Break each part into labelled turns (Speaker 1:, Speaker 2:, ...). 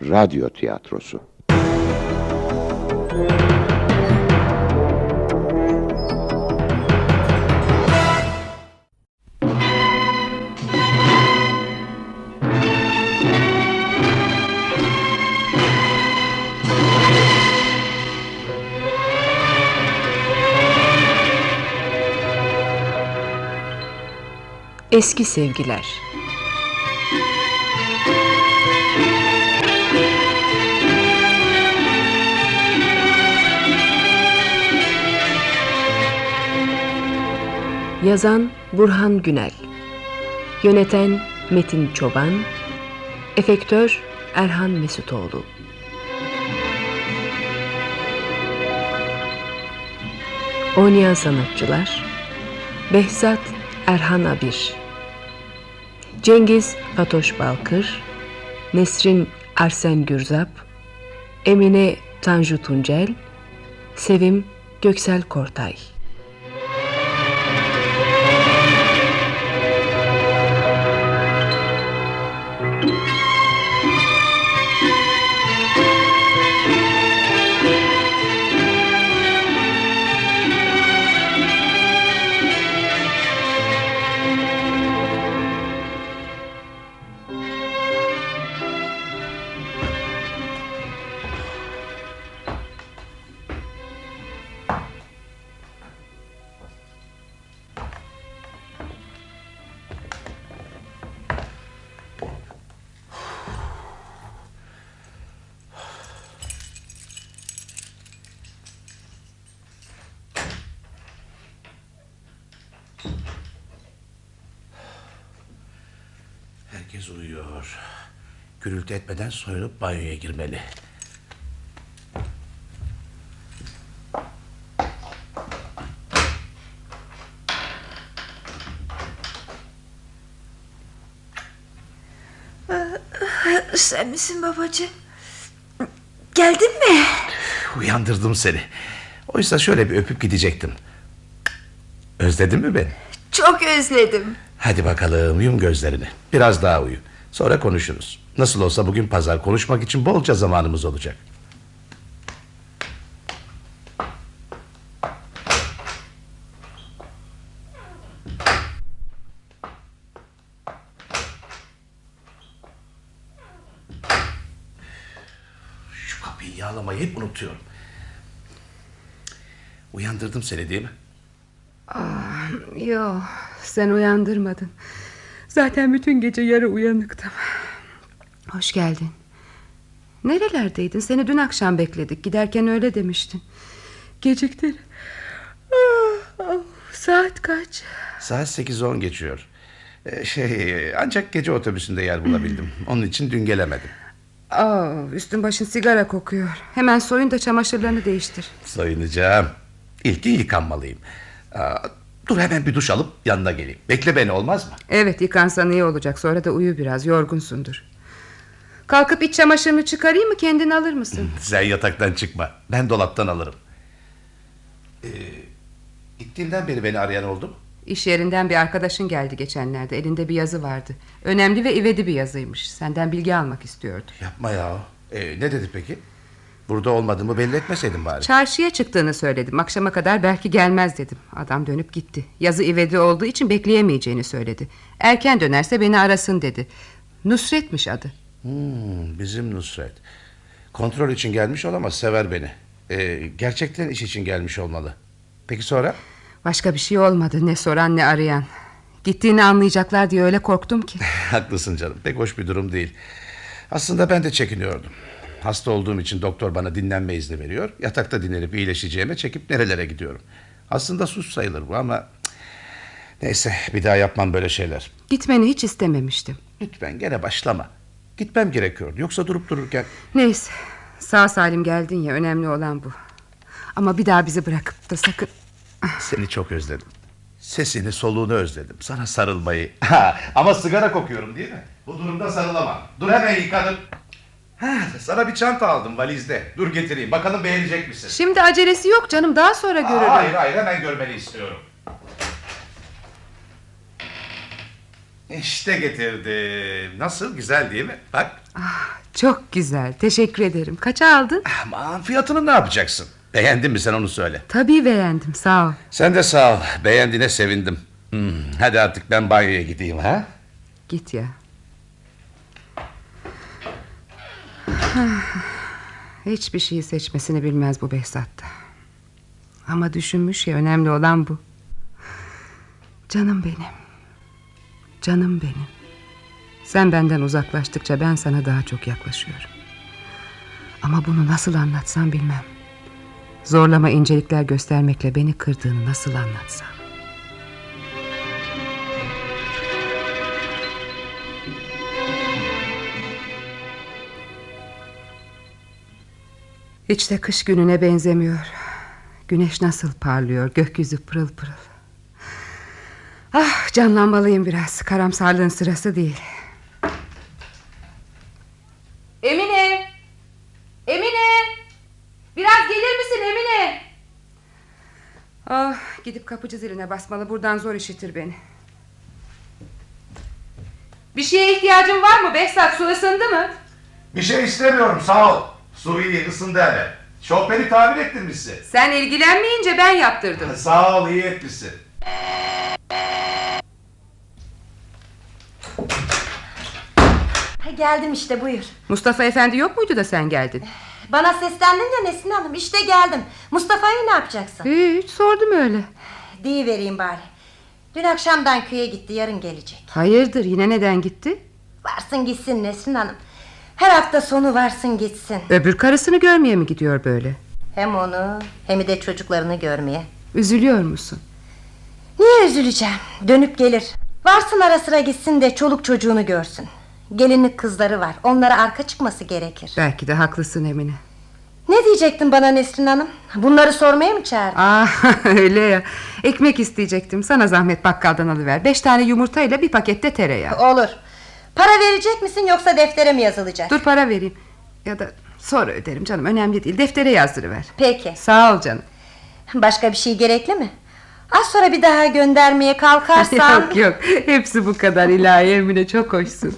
Speaker 1: Radyo tiyatrosu.
Speaker 2: Eski sevgiler. Yazan Burhan Günel. Yöneten Metin Çoban. Efektör Erhan Mesutoğlu. Oynayan sanatçılar Behzat Erhan Abir Cengiz Fatoş Balkır Nesrin Arsen Gürzap Emine Tanju Tuncel Sevim Göksel Kortay
Speaker 3: Herkes uyuyor. Gürültü etmeden soyunup banyoya girmeli.
Speaker 4: Sen misin babacığım? Geldin mi?
Speaker 3: Uyandırdım seni. Oysa şöyle bir öpüp gidecektim. Özledin mi beni?
Speaker 4: Çok özledim.
Speaker 3: Hadi bakalım yum gözlerini. Biraz daha uyu. Sonra konuşuruz. Nasıl olsa bugün pazar konuşmak için bolca zamanımız olacak. Şu kapıyı yağlamayı hep unutuyorum. Uyandırdım seni değil mi?
Speaker 2: Yo sen uyandırmadın Zaten bütün gece yarı uyanıktım Hoş geldin Nerelerdeydin seni dün akşam bekledik Giderken öyle demiştin Geciktin Ah, ah, Saat kaç
Speaker 3: Saat 8.10 geçiyor. Ee, Şey, ancak gece otobüsünde yer bulabildim. Onun için dün gelemedim.
Speaker 2: Aa, üstün başın sigara kokuyor. Hemen soyun da çamaşırlarını değiştir.
Speaker 3: Soyunacağım. İlkin yıkanmalıyım. Aa, dur hemen bir duş alıp yanına geleyim. Bekle beni olmaz mı?
Speaker 2: Evet yıkansan iyi olacak. Sonra da uyu biraz yorgunsundur. Kalkıp iç çamaşırını çıkarayım mı kendin alır mısın?
Speaker 3: Sen yataktan çıkma. Ben dolaptan alırım. Ee, gittiğinden beri beni arayan oldu mu?
Speaker 2: İş yerinden bir arkadaşın geldi geçenlerde. Elinde bir yazı vardı. Önemli ve ivedi bir yazıymış. Senden bilgi almak istiyordu.
Speaker 3: Yapma ya. Ee, ne dedi peki? Burada olmadığımı belli etmeseydin bari.
Speaker 2: Çarşıya çıktığını söyledim. Akşama kadar belki gelmez dedim. Adam dönüp gitti. Yazı ivedi olduğu için bekleyemeyeceğini söyledi. Erken dönerse beni arasın dedi. Nusret'miş adı.
Speaker 3: Hmm, bizim Nusret. Kontrol için gelmiş olamaz, sever beni. Ee, gerçekten iş için gelmiş olmalı. Peki sonra?
Speaker 2: Başka bir şey olmadı ne soran ne arayan. Gittiğini anlayacaklar diye öyle korktum ki.
Speaker 3: Haklısın canım, pek hoş bir durum değil. Aslında ben de çekiniyordum. Hasta olduğum için doktor bana dinlenme izni veriyor. Yatakta dinlenip iyileşeceğime çekip nerelere gidiyorum. Aslında suç sayılır bu ama... Neyse, bir daha yapmam böyle şeyler.
Speaker 2: Gitmeni hiç istememiştim.
Speaker 3: Lütfen gene başlama. Gitmem gerekiyordu. Yoksa durup dururken...
Speaker 2: Neyse sağ salim geldin ya önemli olan bu. Ama bir daha bizi bırakıp da sakın.
Speaker 3: Seni çok özledim. Sesini, soluğunu özledim. Sana sarılmayı. Ha, ama sigara kokuyorum değil mi? Bu durumda sarılamam. Dur hemen yıkanıp. Ha, sana bir çanta aldım valizde. Dur getireyim. Bakalım beğenecek misin?
Speaker 2: Şimdi acelesi yok canım daha sonra
Speaker 3: Aa,
Speaker 2: görürüm.
Speaker 3: hayır hayır hemen görmeni istiyorum. İşte getirdim. Nasıl güzel değil mi? Bak.
Speaker 2: Çok güzel teşekkür ederim. Kaça aldın?
Speaker 3: Aman fiyatını ne yapacaksın? Beğendin mi sen onu söyle.
Speaker 2: Tabii beğendim sağ ol.
Speaker 3: Sen de sağ ol. Beğendiğine sevindim. Hmm, hadi artık ben banyoya gideyim ha.
Speaker 2: Git ya. Hiçbir şeyi seçmesini bilmez bu Behzat da. Ama düşünmüş ya önemli olan bu. Canım benim. Canım benim. Sen benden uzaklaştıkça ben sana daha çok yaklaşıyorum. Ama bunu nasıl anlatsam bilmem. Zorlama incelikler göstermekle beni kırdığını nasıl anlatsam. Hiç de kış gününe benzemiyor. Güneş nasıl parlıyor, gökyüzü pırıl pırıl. Ah canlanmalıyım biraz, karamsarlığın sırası değil.
Speaker 1: Emine! Emine! Biraz gelir misin Emine?
Speaker 2: Ah gidip kapıcı ziline basmalı, buradan zor işitir beni.
Speaker 1: Bir şeye ihtiyacın var mı Behzat? Su ısındı mı?
Speaker 3: Bir şey istemiyorum sağ ol. Su iyi ısındı hele. Çok beni tabir ettirmişsin.
Speaker 1: Sen ilgilenmeyince ben yaptırdım.
Speaker 3: Sağ ol iyi etmişsin.
Speaker 5: Ha, Geldim işte buyur.
Speaker 2: Mustafa efendi yok muydu da sen geldin?
Speaker 5: Bana seslendin ya Nesrin Hanım işte geldim. Mustafa'yı ne yapacaksın?
Speaker 2: Hiç sordum öyle.
Speaker 5: Diyi vereyim bari. Dün akşamdan köye gitti yarın gelecek.
Speaker 2: Hayırdır yine neden gitti?
Speaker 5: Varsın gitsin Nesrin Hanım. Her hafta sonu varsın gitsin.
Speaker 2: Öbür karısını görmeye mi gidiyor böyle?
Speaker 5: Hem onu hem de çocuklarını görmeye.
Speaker 2: Üzülüyor musun?
Speaker 5: Niye üzüleceğim? Dönüp gelir. Varsın ara sıra gitsin de çoluk çocuğunu görsün. Gelinlik kızları var. Onlara arka çıkması gerekir.
Speaker 2: Belki de haklısın Emine.
Speaker 5: Ne diyecektin bana Nesrin Hanım? Bunları sormaya mı çağırdın?
Speaker 2: Ah öyle ya. Ekmek isteyecektim. Sana zahmet bakkaldan alıver. Beş tane yumurtayla bir pakette tereyağı.
Speaker 5: Olur. Para verecek misin yoksa deftere mi yazılacak?
Speaker 2: Dur para vereyim. Ya da sonra öderim canım. Önemli değil. Deftere yazdırıver.
Speaker 5: Peki.
Speaker 2: Sağ ol canım.
Speaker 5: Başka bir şey gerekli mi? Az sonra bir daha göndermeye kalkarsan...
Speaker 2: yok yok. Hepsi bu kadar ilahi Emine. Çok hoşsun.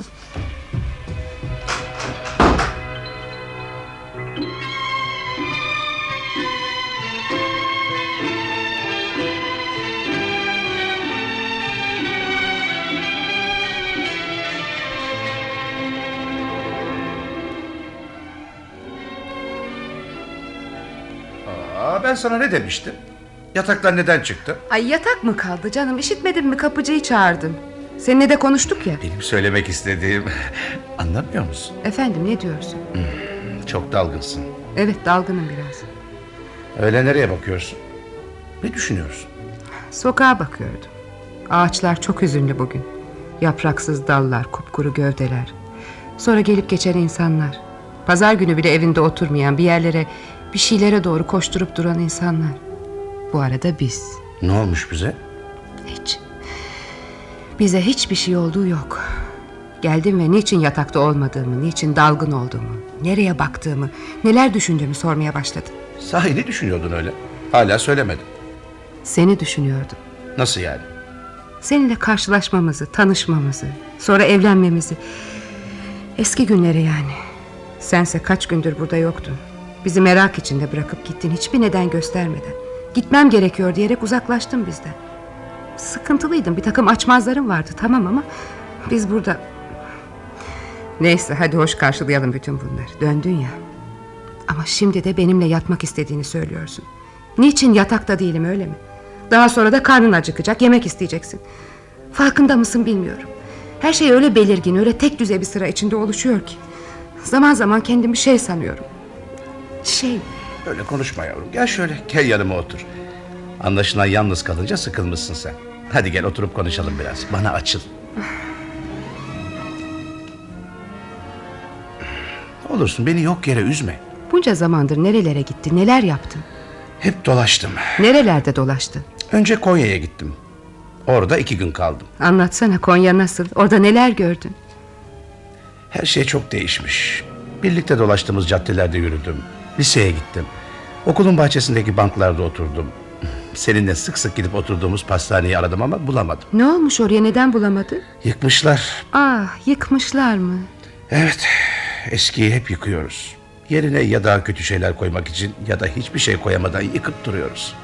Speaker 3: Aa, ben sana ne demiştim? Yataklar neden çıktı?
Speaker 2: Ay yatak mı kaldı canım? İşitmedin mi? Kapıcıyı çağırdım. Seninle de konuştuk ya.
Speaker 3: Benim söylemek istediğim... Anlamıyor musun?
Speaker 2: Efendim ne diyorsun?
Speaker 3: Çok dalgınsın.
Speaker 2: Evet dalgınım biraz.
Speaker 3: Öyle nereye bakıyorsun? Ne düşünüyorsun?
Speaker 2: Sokağa bakıyordum. Ağaçlar çok hüzünlü bugün. Yapraksız dallar, kupkuru gövdeler. Sonra gelip geçen insanlar. Pazar günü bile evinde oturmayan bir yerlere, bir şeylere doğru koşturup duran insanlar. Bu arada biz.
Speaker 3: Ne olmuş bize?
Speaker 2: Hiç. Bize hiçbir şey olduğu yok. Geldim ve niçin yatakta olmadığımı, niçin dalgın olduğumu, nereye baktığımı, neler düşündüğümü sormaya başladım.
Speaker 3: Sahi ne düşünüyordun öyle? Hala söylemedin.
Speaker 2: Seni düşünüyordum.
Speaker 3: Nasıl yani?
Speaker 2: Seninle karşılaşmamızı, tanışmamızı, sonra evlenmemizi. Eski günleri yani. Sense kaç gündür burada yoktun. Bizi merak içinde bırakıp gittin hiçbir neden göstermeden. Gitmem gerekiyor diyerek uzaklaştın bizden. Sıkıntılıydım bir takım açmazlarım vardı tamam ama biz burada... Neyse hadi hoş karşılayalım bütün bunları. Döndün ya. Ama şimdi de benimle yatmak istediğini söylüyorsun. Niçin yatakta değilim öyle mi? Daha sonra da karnın acıkacak, yemek isteyeceksin. Farkında mısın bilmiyorum. Her şey öyle belirgin, öyle tek düze bir sıra içinde oluşuyor ki. Zaman zaman kendimi şey sanıyorum. Şey,
Speaker 3: Öyle konuşma yavrum. Gel şöyle. Gel yanıma otur. Anlaşılan yalnız kalınca sıkılmışsın sen. Hadi gel oturup konuşalım biraz. Bana açıl. Ne Olursun beni yok yere üzme.
Speaker 2: bunca zamandır nerelere gitti, neler yaptın?
Speaker 3: Hep dolaştım.
Speaker 2: Nerelerde dolaştın?
Speaker 3: Önce Konya'ya gittim. Orada iki gün kaldım.
Speaker 2: Anlatsana Konya nasıl, orada neler gördün?
Speaker 3: Her şey çok değişmiş. Birlikte dolaştığımız caddelerde yürüdüm. Liseye gittim. Okulun bahçesindeki banklarda oturdum. Seninle sık sık gidip oturduğumuz pastaneyi aradım ama bulamadım.
Speaker 2: Ne olmuş oraya neden bulamadı?
Speaker 3: Yıkmışlar.
Speaker 2: Ah yıkmışlar mı?
Speaker 3: Evet. Eskiyi hep yıkıyoruz. Yerine ya daha kötü şeyler koymak için ya da hiçbir şey koyamadan yıkıp duruyoruz.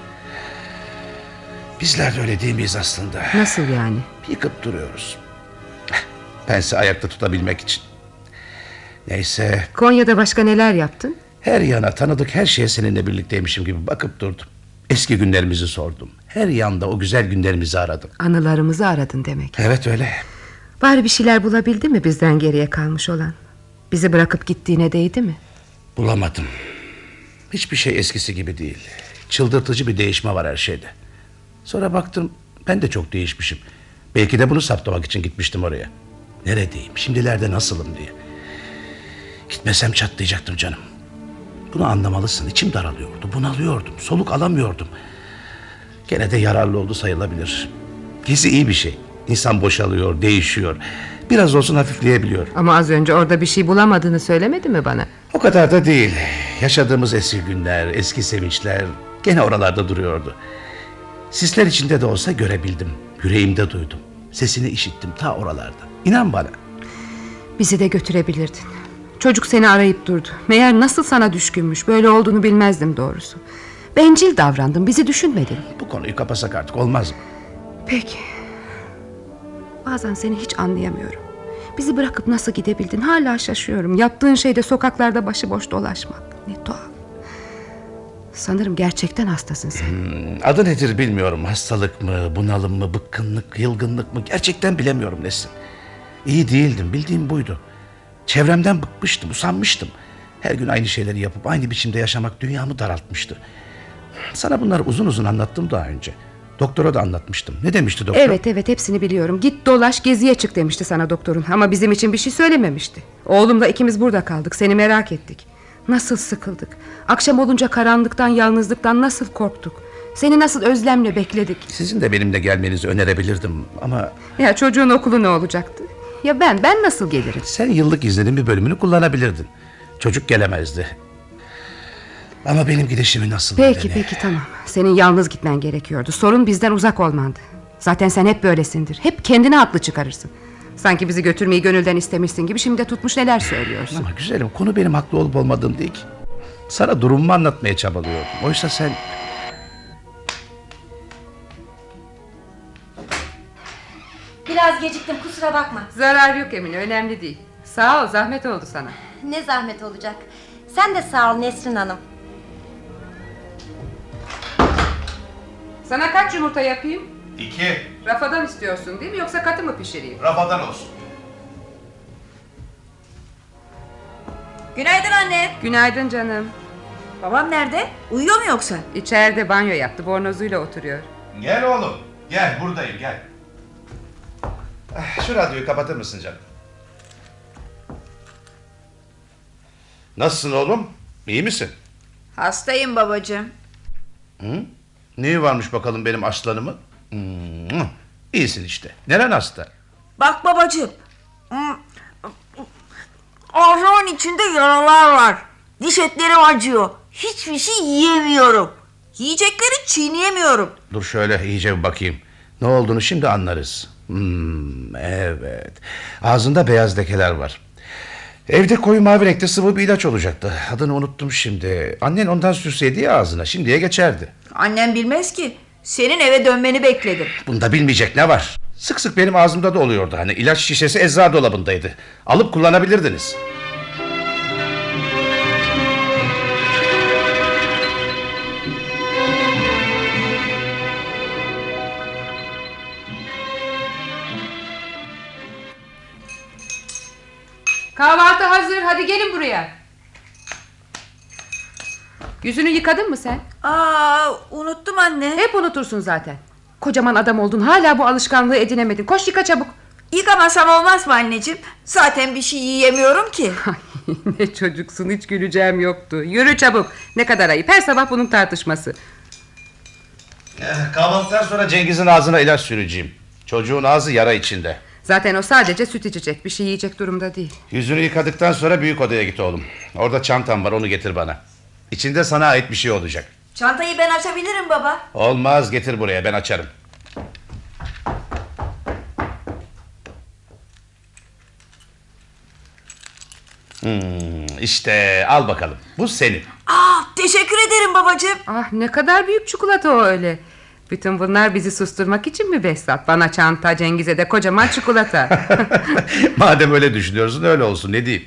Speaker 3: Bizler de öyle değil miyiz aslında?
Speaker 2: Nasıl yani?
Speaker 3: Yıkıp duruyoruz. Pense ayakta tutabilmek için. Neyse
Speaker 2: Konya'da başka neler yaptın?
Speaker 3: her yana tanıdık her şeye seninle birlikteymişim gibi bakıp durdum. Eski günlerimizi sordum. Her yanda o güzel günlerimizi aradım.
Speaker 2: Anılarımızı aradın demek.
Speaker 3: Evet öyle.
Speaker 2: Bari bir şeyler bulabildin mi bizden geriye kalmış olan? Bizi bırakıp gittiğine değdi mi?
Speaker 3: Bulamadım. Hiçbir şey eskisi gibi değil. Çıldırtıcı bir değişme var her şeyde. Sonra baktım ben de çok değişmişim. Belki de bunu saptamak için gitmiştim oraya. Neredeyim, şimdilerde nasılım diye. Gitmesem çatlayacaktım canım. Bunu anlamalısın. İçim daralıyordu, bunalıyordum, soluk alamıyordum. Gene de yararlı oldu sayılabilir. Gezi iyi bir şey. İnsan boşalıyor, değişiyor. Biraz olsun hafifleyebiliyor.
Speaker 2: Ama az önce orada bir şey bulamadığını söylemedi mi bana?
Speaker 3: O kadar da değil. Yaşadığımız eski günler, eski sevinçler gene oralarda duruyordu. Sisler içinde de olsa görebildim. Yüreğimde duydum. Sesini işittim ta oralarda. İnan bana.
Speaker 2: Bizi de götürebilirdin. Çocuk seni arayıp durdu. Meğer nasıl sana düşkünmüş. Böyle olduğunu bilmezdim doğrusu. Bencil davrandın. Bizi düşünmedin.
Speaker 3: Bu konuyu kapasak artık olmaz mı?
Speaker 2: Peki. Bazen seni hiç anlayamıyorum. Bizi bırakıp nasıl gidebildin hala şaşıyorum. Yaptığın şey de sokaklarda başıboş dolaşmak. Ne tuhaf. Sanırım gerçekten hastasın sen.
Speaker 3: Adı nedir bilmiyorum. Hastalık mı, bunalım mı, bıkkınlık, yılgınlık mı? Gerçekten bilemiyorum Nesin. İyi değildim. Bildiğim buydu. Çevremden bıkmıştım, usanmıştım. Her gün aynı şeyleri yapıp aynı biçimde yaşamak dünyamı daraltmıştı. Sana bunları uzun uzun anlattım daha önce. Doktora da anlatmıştım. Ne demişti doktor?
Speaker 2: Evet evet hepsini biliyorum. Git dolaş geziye çık demişti sana doktorun. Ama bizim için bir şey söylememişti. Oğlumla ikimiz burada kaldık. Seni merak ettik. Nasıl sıkıldık. Akşam olunca karanlıktan yalnızlıktan nasıl korktuk. Seni nasıl özlemle bekledik.
Speaker 3: Sizin de benimle gelmenizi önerebilirdim ama
Speaker 2: Ya çocuğun okulu ne olacaktı? Ya ben ben nasıl gelirim?
Speaker 3: sen yıllık iznin bir bölümünü kullanabilirdin. Çocuk gelemezdi. Ama benim gidişimi nasıl
Speaker 2: Peki
Speaker 3: nedeni?
Speaker 2: peki tamam. Senin yalnız gitmen gerekiyordu. Sorun bizden uzak olmandı. Zaten sen hep böylesindir. Hep kendine haklı çıkarırsın. Sanki bizi götürmeyi gönülden istemişsin gibi şimdi de tutmuş neler söylüyorsun.
Speaker 3: Ama güzelim konu benim haklı olup olmadığım değil ki. Sana durumumu anlatmaya çabalıyordum. Oysa sen
Speaker 5: Biraz geciktim kusura bakma.
Speaker 2: Zarar yok Emine önemli değil. Sağ ol zahmet oldu sana.
Speaker 5: Ne zahmet olacak. Sen de sağ ol Nesrin Hanım.
Speaker 2: Sana kaç yumurta yapayım?
Speaker 6: İki,
Speaker 2: Rafadan istiyorsun değil mi yoksa katı mı pişireyim?
Speaker 6: rafadan olsun.
Speaker 4: Günaydın anne.
Speaker 2: Günaydın canım.
Speaker 4: Babam nerede? Uyuyor mu yoksa?
Speaker 2: İçeride banyo yaptı bornozuyla oturuyor.
Speaker 6: Gel oğlum, gel buradayım gel.
Speaker 3: Ah, şu radyoyu kapatır mısın canım? Nasılsın oğlum? İyi misin?
Speaker 4: Hastayım babacığım.
Speaker 3: Hı? Neyi varmış bakalım benim aslanımın? Hmm, İyisin işte. Neren hasta?
Speaker 4: Bak babacığım. Hmm. Ağzımın içinde yaralar var. Diş etlerim acıyor. Hiçbir şey yiyemiyorum. Yiyecekleri çiğneyemiyorum.
Speaker 3: Dur şöyle iyice bir bakayım. Ne olduğunu şimdi anlarız. Hmm, evet. Ağzında beyaz lekeler var. Evde koyu mavi renkte sıvı bir ilaç olacaktı. Adını unuttum şimdi. Annen ondan sürseydi ya ağzına. Şimdiye geçerdi.
Speaker 4: Annem bilmez ki. Senin eve dönmeni bekledim.
Speaker 3: Bunda bilmeyecek ne var? Sık sık benim ağzımda da oluyordu. Hani ilaç şişesi eczacı dolabındaydı. Alıp kullanabilirdiniz.
Speaker 1: Kahvaltı hazır hadi gelin buraya.
Speaker 2: Yüzünü yıkadın mı sen?
Speaker 4: Aa, unuttum anne.
Speaker 2: Hep unutursun zaten. Kocaman adam oldun hala bu alışkanlığı edinemedin. Koş yıka çabuk.
Speaker 4: Yıkamasam olmaz mı anneciğim? Zaten bir şey yiyemiyorum ki.
Speaker 2: Ay, ne çocuksun hiç güleceğim yoktu. Yürü çabuk. Ne kadar ayıp her sabah bunun tartışması.
Speaker 3: Eh, Kahvaltıdan sonra Cengiz'in ağzına ilaç süreceğim. Çocuğun ağzı yara içinde.
Speaker 2: Zaten o sadece süt içecek bir şey yiyecek durumda değil.
Speaker 3: Yüzünü yıkadıktan sonra büyük odaya git oğlum. Orada çantam var onu getir bana. İçinde sana ait bir şey olacak.
Speaker 4: Çantayı ben açabilirim baba.
Speaker 3: Olmaz getir buraya ben açarım. Hmm, işte al bakalım. Bu senin.
Speaker 4: Aa, teşekkür ederim babacığım.
Speaker 2: Ah ne kadar büyük çikolata o öyle. Bütün bunlar bizi susturmak için mi Behzat? Bana çanta, Cengiz'e de kocaman çikolata.
Speaker 3: Madem öyle düşünüyorsun öyle olsun ne diyeyim.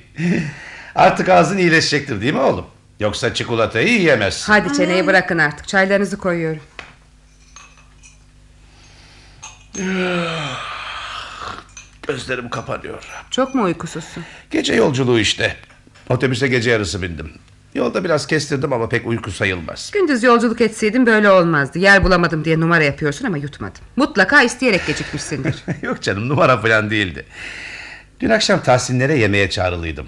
Speaker 3: Artık ağzın iyileşecektir değil mi oğlum? Yoksa çikolatayı yiyemezsin.
Speaker 2: Hadi çeneyi bırakın artık. Çaylarınızı koyuyorum.
Speaker 3: Gözlerim kapanıyor.
Speaker 2: Çok mu uykusuzsun?
Speaker 3: Gece yolculuğu işte. Otobüse gece yarısı bindim. Yolda biraz kestirdim ama pek uyku sayılmaz.
Speaker 2: Gündüz yolculuk etseydin böyle olmazdı. Yer bulamadım diye numara yapıyorsun ama yutmadım. Mutlaka isteyerek gecikmişsindir.
Speaker 3: Yok canım numara falan değildi. Dün akşam Tahsinlere yemeğe çağrılıydım.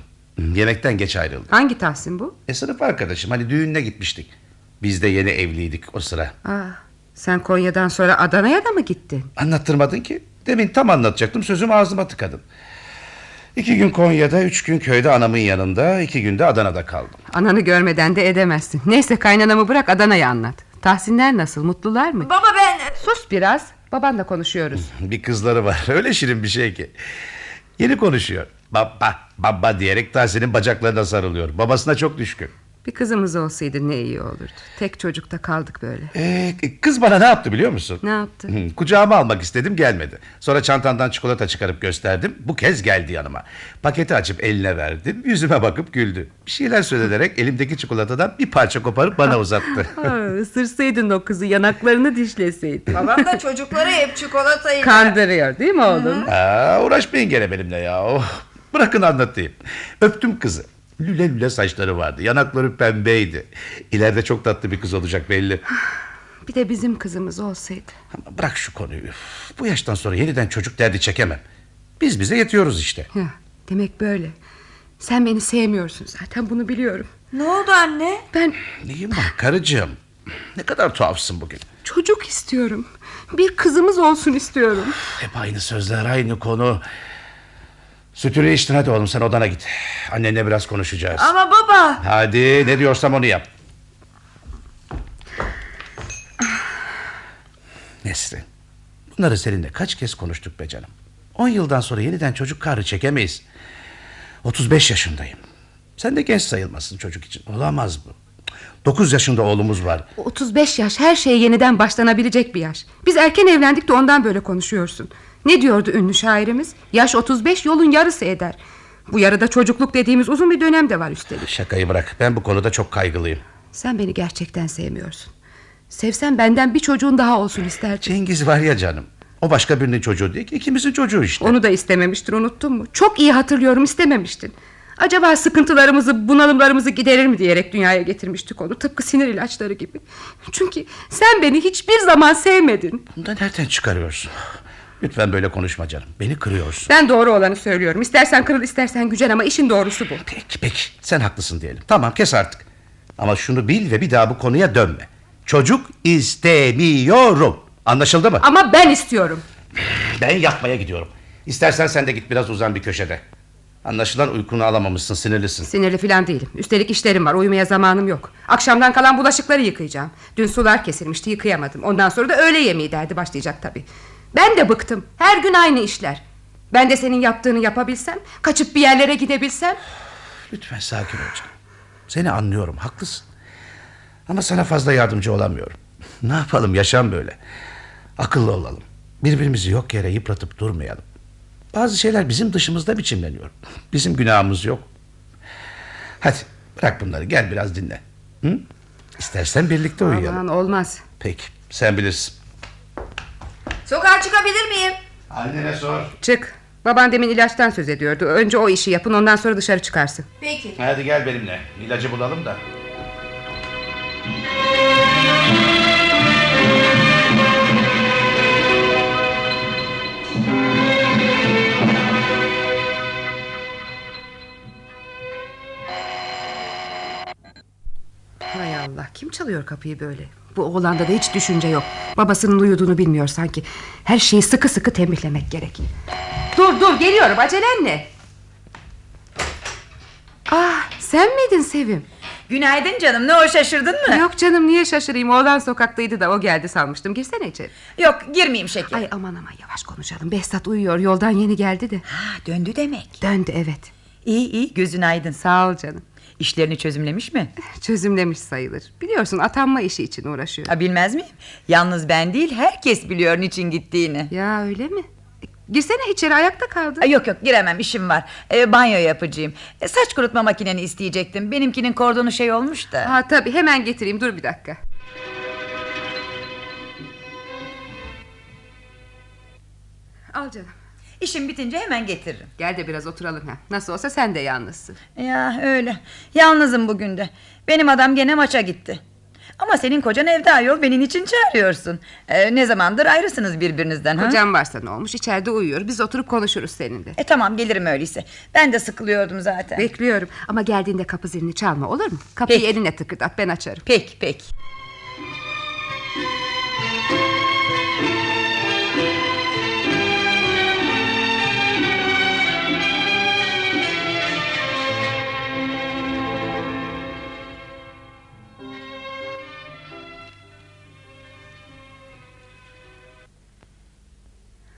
Speaker 3: Yemekten geç ayrıldım.
Speaker 2: Hangi Tahsin bu?
Speaker 3: E sınıf arkadaşım hani düğününe gitmiştik. Biz de yeni evliydik o sıra.
Speaker 2: Aa, sen Konya'dan sonra Adana'ya da mı gittin?
Speaker 3: Anlattırmadın ki. Demin tam anlatacaktım sözüm ağzıma tıkadım. İki gün Konya'da, üç gün köyde anamın yanında, iki günde Adana'da kaldım.
Speaker 2: Ananı görmeden de edemezsin. Neyse kaynanamı bırak Adana'yı anlat. Tahsinler nasıl? Mutlular mı?
Speaker 4: Baba ben...
Speaker 2: Sus biraz. Babanla konuşuyoruz.
Speaker 3: Bir kızları var öyle şirin bir şey ki. Yeni konuşuyor. Baba, baba diyerek Tahsin'in bacaklarına sarılıyor. Babasına çok düşkün.
Speaker 2: Bir kızımız olsaydı ne iyi olurdu. Tek çocukta kaldık böyle.
Speaker 3: Ee, kız bana ne yaptı biliyor musun?
Speaker 2: Ne yaptı?
Speaker 3: Hı, Kucağıma almak istedim gelmedi. Sonra çantandan çikolata çıkarıp gösterdim. Bu kez geldi yanıma. Paketi açıp eline verdim. Yüzüme bakıp güldü. Bir şeyler söylenerek elimdeki çikolatadan bir parça koparıp bana uzattı.
Speaker 2: Aa, ısırsaydın o kızı yanaklarını dişleseydin.
Speaker 4: Babam da çocuklara hep çikolatayı...
Speaker 2: Kandırıyor değil mi oğlum?
Speaker 3: Aa, uğraşmayın gene benimle ya. Oh, bırakın anlatayım. Öptüm kızı. Lüle lüle saçları vardı. Yanakları pembeydi. İleride çok tatlı bir kız olacak belli.
Speaker 2: Bir de bizim kızımız olsaydı.
Speaker 3: Ama bırak şu konuyu. Üf, Bu yaştan sonra yeniden çocuk derdi çekemem. Biz bize yetiyoruz işte.
Speaker 2: Ya, demek böyle. Sen beni sevmiyorsun zaten bunu biliyorum.
Speaker 4: Ne oldu anne?
Speaker 2: Ben
Speaker 3: Neyim var karıcığım? Ne kadar tuhafsın bugün.
Speaker 2: çocuk istiyorum. Bir kızımız olsun istiyorum.
Speaker 3: Hep aynı sözler, aynı konu. Sütürü içtin hadi oğlum sen odana git. Annenle biraz konuşacağız.
Speaker 4: Ama baba...
Speaker 3: Hadi ne diyorsam onu yap. Nesrin. Bunları seninle kaç kez konuştuk be canım. 10 yıldan sonra yeniden çocuk kahrı çekemeyiz. 35 yaşındayım. Sen de genç sayılmasın çocuk için. Olamaz bu. 9 yaşında oğlumuz var.
Speaker 2: 35 yaş her şey yeniden başlanabilecek bir yaş. Biz erken evlendik de ondan böyle konuşuyorsun. Ne diyordu ünlü şairimiz? Yaş 35 yolun yarısı eder. Bu yarıda çocukluk dediğimiz uzun bir dönem de var üstelik.
Speaker 3: Şakayı bırak. Ben bu konuda çok kaygılıyım.
Speaker 2: Sen beni gerçekten sevmiyorsun. Sevsen benden bir çocuğun daha olsun isterdin.
Speaker 3: Cengiz var ya canım. O başka birinin çocuğu değil ki ikimizin çocuğu işte.
Speaker 2: Onu da istememiştin unuttun mu? Çok iyi hatırlıyorum istememiştin. Acaba sıkıntılarımızı, bunalımlarımızı giderir mi diyerek dünyaya getirmiştik onu. Tıpkı sinir ilaçları gibi. Çünkü sen beni hiçbir zaman sevmedin.
Speaker 3: Bunu da nereden çıkarıyorsun? Lütfen böyle konuşma canım. Beni kırıyorsun.
Speaker 2: Ben doğru olanı söylüyorum. İstersen kırıl istersen gücen ama işin doğrusu bu.
Speaker 3: Peki peki sen haklısın diyelim. Tamam kes artık. Ama şunu bil ve bir daha bu konuya dönme. Çocuk istemiyorum. Anlaşıldı mı?
Speaker 2: Ama ben istiyorum.
Speaker 3: Ben yatmaya gidiyorum. İstersen sen de git biraz uzan bir köşede. Anlaşılan uykunu alamamışsın sinirlisin.
Speaker 2: Sinirli falan değilim. Üstelik işlerim var. Uyumaya zamanım yok. Akşamdan kalan bulaşıkları yıkayacağım. Dün sular kesilmişti yıkayamadım. Ondan sonra da öğle yemeği derdi başlayacak tabii. Ben de bıktım. Her gün aynı işler. Ben de senin yaptığını yapabilsem, kaçıp bir yerlere gidebilsem.
Speaker 3: Lütfen sakin ol canım. Seni anlıyorum haklısın. Ama sana fazla yardımcı olamıyorum. Ne yapalım yaşam böyle. Akıllı olalım. Birbirimizi yok yere yıpratıp durmayalım. Bazı şeyler bizim dışımızda biçimleniyor. Bizim günahımız yok. Hadi bırak bunları gel biraz dinle. Hı? İstersen birlikte uyuyalım.
Speaker 2: Aman olmaz.
Speaker 3: Peki sen bilirsin.
Speaker 4: Sokağa çıkabilir miyim?
Speaker 6: Annene sor.
Speaker 2: Çık. Baban demin ilaçtan söz ediyordu. Önce o işi yapın ondan sonra dışarı çıkarsın.
Speaker 4: Peki.
Speaker 3: Hadi gel benimle. İlacı bulalım da.
Speaker 2: Hay Allah kim çalıyor kapıyı böyle? Bu oğlanda da hiç düşünce yok. Babasının uyuduğunu bilmiyor sanki. Her şeyi sıkı sıkı tembihlemek gerek. Dur dur geliyorum acelen ne? Ah sen miydin Sevim?
Speaker 7: Günaydın canım ne o şaşırdın mı?
Speaker 2: Yok canım niye şaşırayım oğlan sokaktaydı da o geldi sanmıştım girsene içeri
Speaker 7: Yok girmeyeyim şeker.
Speaker 2: Ay aman aman yavaş konuşalım Behzat uyuyor yoldan yeni geldi de
Speaker 7: Ha, döndü demek.
Speaker 2: Döndü evet
Speaker 7: İyi iyi gözün aydın.
Speaker 2: sağ ol canım
Speaker 7: İşlerini çözümlemiş mi?
Speaker 2: Çözümlemiş sayılır Biliyorsun atanma işi için uğraşıyor
Speaker 7: Ha, bilmez miyim? Yalnız ben değil herkes biliyor niçin gittiğini.
Speaker 2: Ya öyle mi Girsene içeri ayakta kaldı
Speaker 7: Ay, Yok yok giremem işim var. Ee, banyo yapacağım. E, saç kurutma makineni isteyecektim. Benimkinin kordonu şey olmuş da.
Speaker 2: Ha tabii hemen getireyim dur bir dakika Al canım
Speaker 7: İşim bitince hemen getiririm.
Speaker 2: Gel de biraz oturalım ha. Nasıl olsa sen de yalnızsın.
Speaker 7: Ya öyle. Yalnızım bugün de. Benim adam gene maça gitti. Ama senin kocan evde ayol benim için çağırıyorsun. Ee, ne zamandır ayrısınız birbirinizden ha?
Speaker 2: Kocam varsa ne olmuş içeride uyuyor. Biz oturup konuşuruz seninle.
Speaker 7: E tamam gelirim öyleyse. Ben de sıkılıyordum zaten.
Speaker 2: Bekliyorum ama geldiğinde kapı zilini çalma olur mu? Kapıyı
Speaker 7: Peki.
Speaker 2: eline tıkırdat ben açarım.
Speaker 7: Peki peki.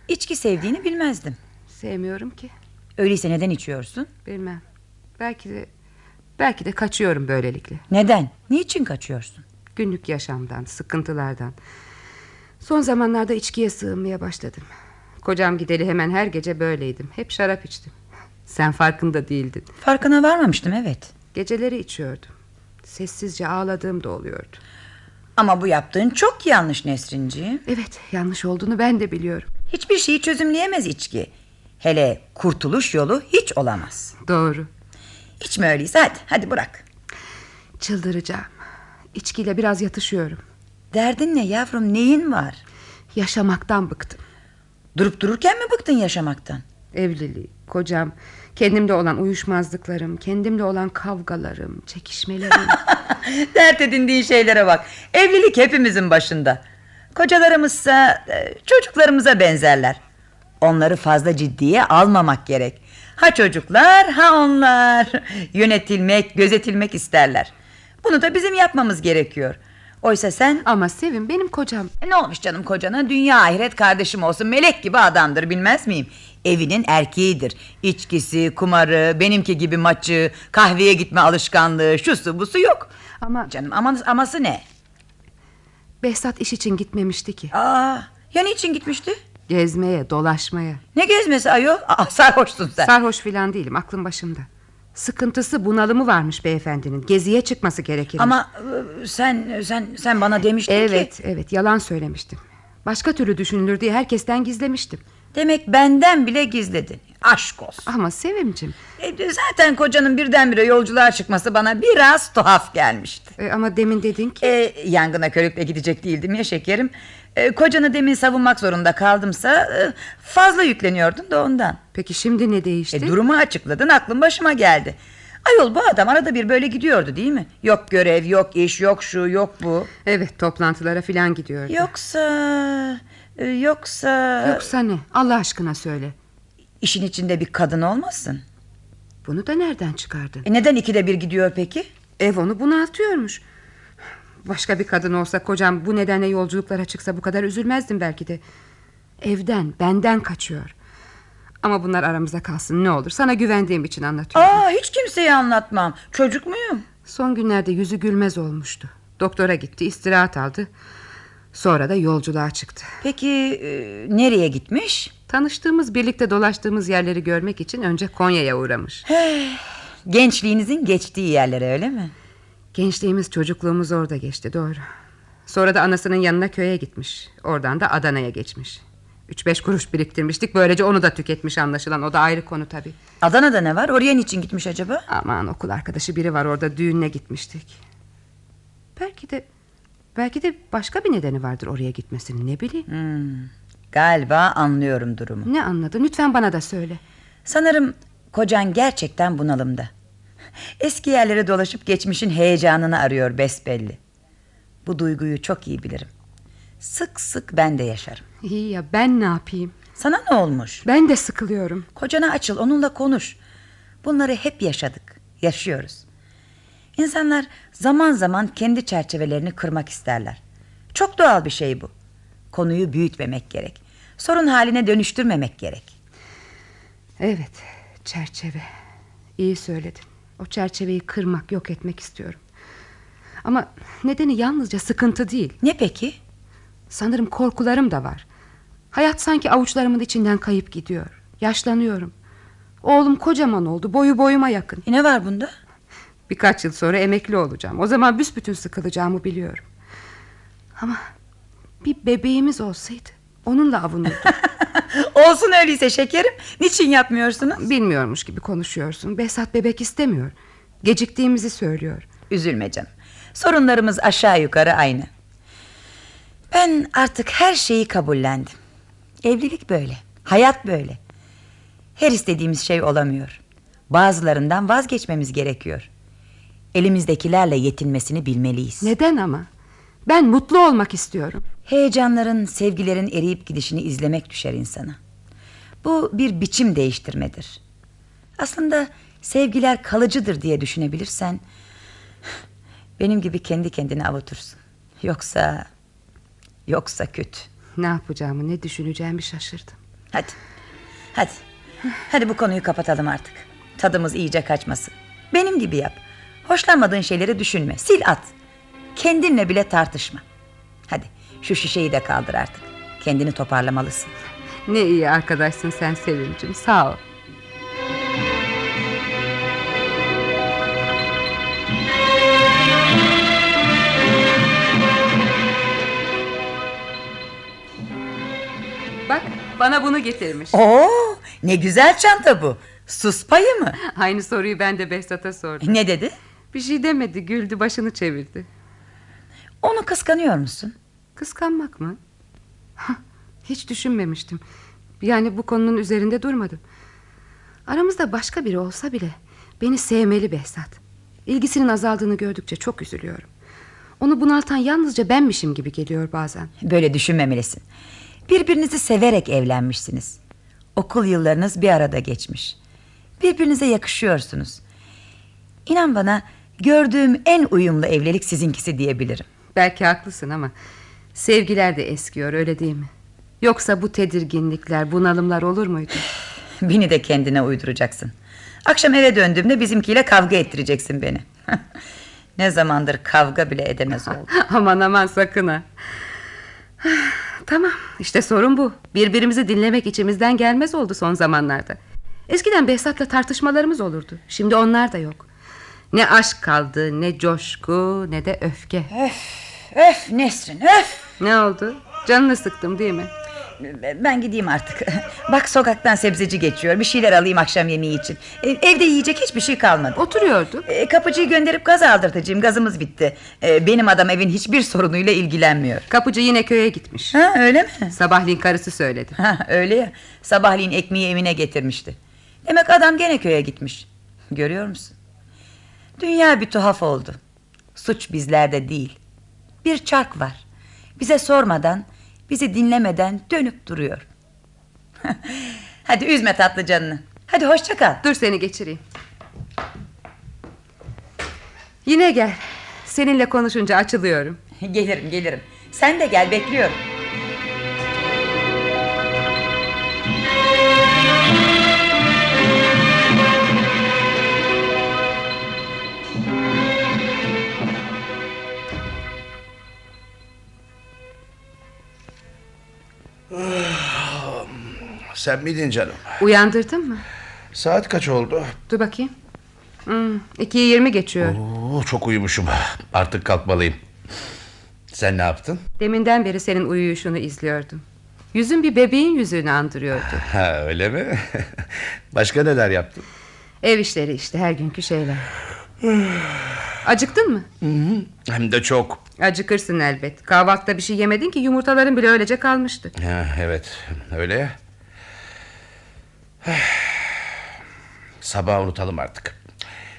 Speaker 7: İçki sevdiğini bilmezdim.
Speaker 2: Sevmiyorum ki.
Speaker 7: Öyleyse neden içiyorsun?
Speaker 2: Bilmem. Belki de belki de kaçıyorum böylelikle.
Speaker 7: Neden? Niçin kaçıyorsun?
Speaker 2: Günlük yaşamdan, sıkıntılardan. Son zamanlarda içkiye sığınmaya başladım. Kocam gideli hemen her gece böyleydim. Hep şarap içtim. Sen farkında değildin.
Speaker 7: Farkına varmamıştım evet.
Speaker 2: Geceleri içiyordum. Sessizce ağladığım da oluyordu.
Speaker 7: Ama bu yaptığın çok yanlış Nesrinciğim.
Speaker 2: Evet yanlış olduğunu ben de biliyorum.
Speaker 7: Hiçbir şeyi çözümleyemez içki. Hele kurtuluş yolu hiç olamaz.
Speaker 2: Doğru.
Speaker 7: İçme öyleyse hadi, hadi bırak.
Speaker 2: Çıldıracağım. İçkiyle biraz yatışıyorum.
Speaker 7: Derdin ne yavrum, neyin var?
Speaker 2: Yaşamaktan bıktım.
Speaker 7: Durup dururken mi bıktın yaşamaktan?
Speaker 2: Evliliği, kocam, kendimde olan uyuşmazlıklarım, kendimle olan kavgalarım, çekişmelerim.
Speaker 7: Dert edindiğin şeylere bak. Evlilik hepimizin başında. Kocalarımızsa e, çocuklarımıza benzerler. Onları fazla ciddiye almamak gerek. Ha çocuklar ha onlar. Yönetilmek, gözetilmek isterler. Bunu da bizim yapmamız gerekiyor. Oysa sen
Speaker 2: Ama Sevim benim kocam.
Speaker 7: E, Ne olmuş canım kocana? Dünya ahiret kardeşim olsun. Melek gibi adamdır bilmez miyim? Evinin erkeğidir. İçkisi, kumarı, benimki gibi maçı, kahveye gitme alışkanlığı, şusu busu yok.
Speaker 2: Ama
Speaker 7: Canım aman, aması ne?
Speaker 2: Behzat iş için gitmemişti ki.
Speaker 7: Aa, ya niçin gitmişti?
Speaker 2: Gezmeye, dolaşmaya.
Speaker 7: Ne gezmesi ayol? Aa, sarhoşsun sen.
Speaker 2: Sarhoş filan değilim, aklım başımda. Sıkıntısı, bunalımı varmış beyefendinin. Geziye çıkması gerekir.
Speaker 7: Ama e, sen sen sen bana demiştin ki.
Speaker 2: Evet, evet yalan söylemiştim. Başka türlü düşünülür diye herkesten gizlemiştim.
Speaker 7: Demek benden bile gizledin. Aşk olsun.
Speaker 2: Ama Sevimcim,
Speaker 7: E, zaten kocanın birdenbire yolculuğa çıkması bana biraz tuhaf gelmişti.
Speaker 2: e, ama demin dedin ki...
Speaker 7: E, yangına körükle gidecek değildim ya şekerim. E, kocanı demin savunmak zorunda kaldımsa e, fazla yükleniyordun da ondan.
Speaker 2: Peki şimdi ne
Speaker 7: E,
Speaker 2: değişti?
Speaker 7: durumu açıkladın aklım başıma geldi. Ayol bu adam arada bir böyle gidiyordu değil mi? Yok görev, yok iş, yok şu, yok bu.
Speaker 2: Evet toplantılara filan gidiyordu.
Speaker 7: Yoksa... e, Yoksa...
Speaker 2: Yoksa ne? Allah aşkına söyle.
Speaker 7: işin içinde bir kadın olmasın.
Speaker 2: Bunu da nereden çıkardın?
Speaker 7: E, neden ikide bir gidiyor peki?
Speaker 2: Ev onu bunaltıyormuş. Başka bir kadın olsa kocam bu nedenle yolculuklara çıksa bu kadar üzülmezdim belki de. Evden, benden kaçıyor. Ama bunlar aramızda kalsın ne olur. Sana güvendiğim için anlatıyorum.
Speaker 7: Aa hiç kimseye anlatmam. Çocuk muyum?
Speaker 2: Son günlerde yüzü gülmez olmuştu. Doktora gitti, istirahat aldı. Sonra da yolculuğa çıktı.
Speaker 7: Peki e, nereye gitmiş?
Speaker 2: Tanıştığımız, birlikte dolaştığımız yerleri görmek için önce Konya'ya uğramış.
Speaker 7: Gençliğinizin geçtiği yerlere öyle mi?
Speaker 2: Gençliğimiz çocukluğumuz orada geçti doğru. Sonra da anasının yanına köye gitmiş. Oradan da Adana'ya geçmiş. Üç beş kuruş biriktirmiştik böylece onu da tüketmiş anlaşılan o da ayrı konu tabii.
Speaker 7: Adana'da ne var? Oraya niçin gitmiş acaba?
Speaker 2: Aman okul arkadaşı biri var orada düğününe gitmiştik. Belki de belki de başka bir nedeni vardır oraya gitmesinin ne bileyim.
Speaker 7: Galiba anlıyorum durumu.
Speaker 2: Ne anladın lütfen bana da söyle.
Speaker 7: Sanırım kocan gerçekten bunalımda. Eski yerlere dolaşıp geçmişin heyecanını arıyor besbelli. Bu duyguyu çok iyi bilirim. Sık sık ben de yaşarım.
Speaker 2: İyi ya ben ne yapayım?
Speaker 7: Sana ne olmuş?
Speaker 2: Ben de sıkılıyorum.
Speaker 7: Kocana açıl, onunla konuş. Bunları hep yaşadık, yaşıyoruz. İnsanlar zaman zaman kendi çerçevelerini kırmak isterler. Çok doğal bir şey bu. Konuyu büyütmemek gerek. Sorun haline dönüştürmemek gerek.
Speaker 2: Evet çerçeve İyi söyledin O çerçeveyi kırmak yok etmek istiyorum Ama nedeni yalnızca sıkıntı değil
Speaker 7: Ne peki?
Speaker 2: Sanırım korkularım da var Hayat sanki avuçlarımın içinden kayıp gidiyor Yaşlanıyorum Oğlum kocaman oldu boyu boyuma yakın
Speaker 7: E ne var bunda?
Speaker 2: Birkaç yıl sonra emekli olacağım O zaman büsbütün sıkılacağımı biliyorum Ama bir bebeğimiz olsaydı Onunla avunurdum
Speaker 7: Olsun öyleyse şekerim. Niçin yapmıyorsunuz?
Speaker 2: Bilmiyormuş gibi konuşuyorsun. Behzat bebek istemiyor. Geciktiğimizi söylüyor.
Speaker 7: Üzülme canım. Sorunlarımız aşağı yukarı aynı. Ben artık her şeyi kabullendim. Evlilik böyle. Hayat böyle. Her istediğimiz şey olamıyor. Bazılarından vazgeçmemiz gerekiyor. Elimizdekilerle yetinmesini bilmeliyiz.
Speaker 2: Neden ama? Ben mutlu olmak istiyorum.
Speaker 7: Heyecanların, sevgilerin eriyip gidişini izlemek düşer insana. Bu bir biçim değiştirmedir. Aslında sevgiler kalıcıdır diye düşünebilirsen... ...benim gibi kendi kendini avutursun. Yoksa... ...yoksa kötü.
Speaker 2: Ne yapacağımı, ne düşüneceğimi şaşırdım.
Speaker 7: Hadi, hadi. Hadi bu konuyu kapatalım artık. Tadımız iyice kaçmasın. Benim gibi yap. Hoşlanmadığın şeyleri düşünme, sil at. Kendinle bile tartışma. Hadi şu şişeyi de kaldır artık. Kendini toparlamalısın.
Speaker 2: Ne iyi arkadaşsın sen Sevincim. Sağ ol. Bak bana bunu getirmiş.
Speaker 7: Oo, ne güzel çanta bu. Sus payı mı?
Speaker 2: Aynı soruyu ben de Behzat'a sordum.
Speaker 7: Ne dedi?
Speaker 2: Bir şey demedi güldü başını çevirdi.
Speaker 7: Onu kıskanıyor musun?
Speaker 2: Kıskanmak mı? Hah, Hiç düşünmemiştim. Yani bu konunun üzerinde durmadım. Aramızda başka biri olsa bile beni sevmeli Behzat. İlgisinin azaldığını gördükçe çok üzülüyorum. Onu bunaltan yalnızca benmişim gibi geliyor bazen.
Speaker 7: Böyle düşünmemelisin. Birbirinizi severek evlenmişsiniz. Okul yıllarınız bir arada geçmiş. Birbirinize yakışıyorsunuz. İnan bana gördüğüm en uyumlu evlilik sizinkisi diyebilirim.
Speaker 2: Belki haklısın ama sevgiler de eskiyor öyle değil mi? Yoksa bu tedirginlikler, bunalımlar olur muydu?
Speaker 7: Beni de kendine uyduracaksın. Akşam eve döndüğümde bizimkiyle kavga ettireceksin beni. ne zamandır kavga bile edemez oldum.
Speaker 2: aman aman sakın ha. tamam işte sorun bu. Birbirimizi dinlemek içimizden gelmez oldu son zamanlarda. Eskiden Behzat'la tartışmalarımız olurdu. Şimdi onlar da yok. Ne aşk kaldı, ne coşku, ne de öfke.
Speaker 7: Öf Nesrin öf.
Speaker 2: Ne oldu? Canını sıktım değil mi?
Speaker 7: Ben gideyim artık. Bak sokaktan sebzeci geçiyor. Bir şeyler alayım akşam yemeği için. E, Evde yiyecek hiçbir şey kalmadı.
Speaker 2: Oturuyorduk.
Speaker 7: E, Kapıcıyı gönderip gaz aldırtacağım. Gazımız bitti. E, Benim adam evin hiçbir sorunuyla ilgilenmiyor.
Speaker 2: Kapıcı yine köye gitmiş.
Speaker 7: Ha öyle mi?
Speaker 2: Sabahleyin karısı söyledi.
Speaker 7: Ha öyle ya. Sabahleyin ekmeği evine getirmişti. Demek adam gene köye gitmiş. Görüyor musun? Dünya bir tuhaf oldu. Suç bizlerde değil. Bir çark var. Bize sormadan, bizi dinlemeden dönüp duruyor. Hadi üzme tatlı canını. Hadi hoşça kal.
Speaker 2: Dur seni geçireyim. Yine gel. Seninle konuşunca açılıyorum.
Speaker 7: Gelirim gelirim. Sen de gel bekliyorum.
Speaker 3: Sen miydin canım?
Speaker 2: Uyandırdın mı?
Speaker 3: Saat kaç oldu?
Speaker 2: Dur bakayım. Hmm, 2'yi 20 geçiyor.
Speaker 3: Oo, çok uyumuşum. Artık kalkmalıyım. Sen ne yaptın?
Speaker 2: Deminden beri senin uyuyuşunu izliyordum. Yüzün bir bebeğin yüzünü andırıyordu.
Speaker 3: Ha öyle mi? Başka neler yaptın?
Speaker 2: Ev işleri işte her günkü şeyler. Acıktın mı?
Speaker 3: Hem de çok.
Speaker 2: Acıkırsın elbet. Kahvaltıda bir şey yemedin ki yumurtaların bile öylece kalmıştı.
Speaker 3: Ha, evet öyle ya. Sabah unutalım artık.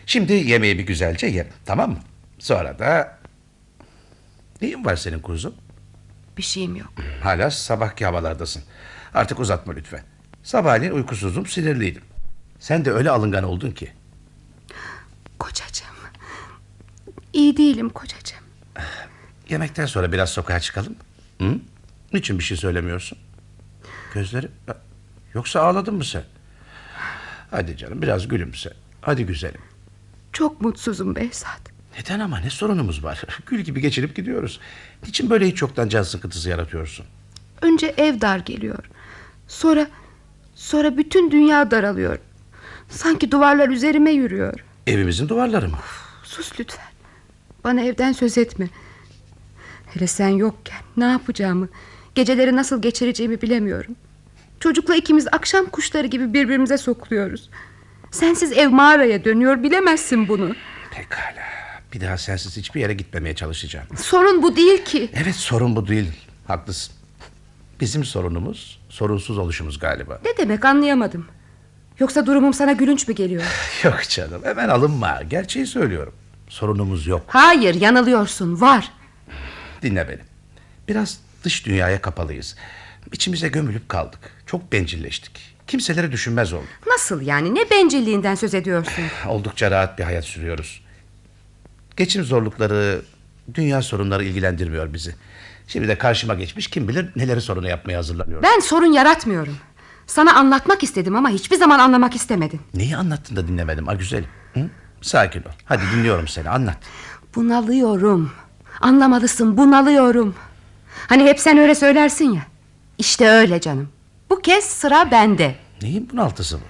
Speaker 3: Şimdi yemeği bir güzelce ye tamam mı? Sonra da... Neyin var senin kuzum?
Speaker 2: Bir şeyim yok.
Speaker 3: Hala sabahki havalardasın. Artık uzatma lütfen. Sabahleyin uykusuzdum, sinirliydim. Sen de öyle alıngan oldun ki.
Speaker 2: Kocacığım. İyi değilim kocacığım.
Speaker 3: Yemekten sonra biraz sokağa çıkalım. Hı? Niçin bir şey söylemiyorsun? Gözleri... e, Yoksa ağladın mı sen? Hadi canım biraz gülümse. Hadi güzelim.
Speaker 2: Çok mutsuzum Behzat.
Speaker 3: Neden ama ne sorunumuz var? Gül gibi geçinip gidiyoruz. Niçin böyle hiç yoktan can sıkıntısı yaratıyorsun?
Speaker 2: Önce ev dar geliyor. Sonra sonra bütün dünya daralıyor. Sanki duvarlar üzerime yürüyor.
Speaker 3: Evimizin duvarları mı?
Speaker 2: Sus lütfen. Bana evden söz etme. Hele sen yokken ne yapacağımı, geceleri nasıl geçireceğimi bilemiyorum. Çocukla ikimiz akşam kuşları gibi birbirimize sokuluyoruz. Sensiz ev mağaraya dönüyor bilemezsin bunu.
Speaker 3: Pekala. Bir daha sensiz hiçbir yere gitmemeye çalışacağım.
Speaker 2: Sorun bu değil ki.
Speaker 3: Evet sorun bu değil. Haklısın. Bizim sorunumuz sorunsuz oluşumuz galiba.
Speaker 2: Ne demek anlayamadım. Yoksa durumum sana gülünç mü geliyor?
Speaker 3: Yok canım hemen alınma. Gerçeği söylüyorum. Sorunumuz yok.
Speaker 2: Hayır yanılıyorsun var.
Speaker 3: Dinle beni. Biraz dış dünyaya kapalıyız. İçimize gömülüp kaldık. Çok bencilleştik. Kimselere düşünmez olduk.
Speaker 2: Nasıl yani ne bencilliğinden söz ediyorsun?
Speaker 3: Oldukça rahat bir hayat sürüyoruz. Geçim zorlukları, dünya sorunları ilgilendirmiyor bizi. Şimdi de karşıma geçmiş kim bilir neleri sorunu yapmaya hazırlanıyorum.
Speaker 2: Ben sorun yaratmıyorum. Sana anlatmak istedim ama hiçbir zaman anlamak istemedin.
Speaker 3: Neyi anlattın da dinlemedim ha güzelim. Hı? Sakin ol. Hadi dinliyorum seni anlat.
Speaker 2: Bunalıyorum. Anlamalısın bunalıyorum. Hani hep sen öyle söylersin ya. İşte öyle canım. Bu kez sıra bende.
Speaker 3: Neyin bunaltısı bu?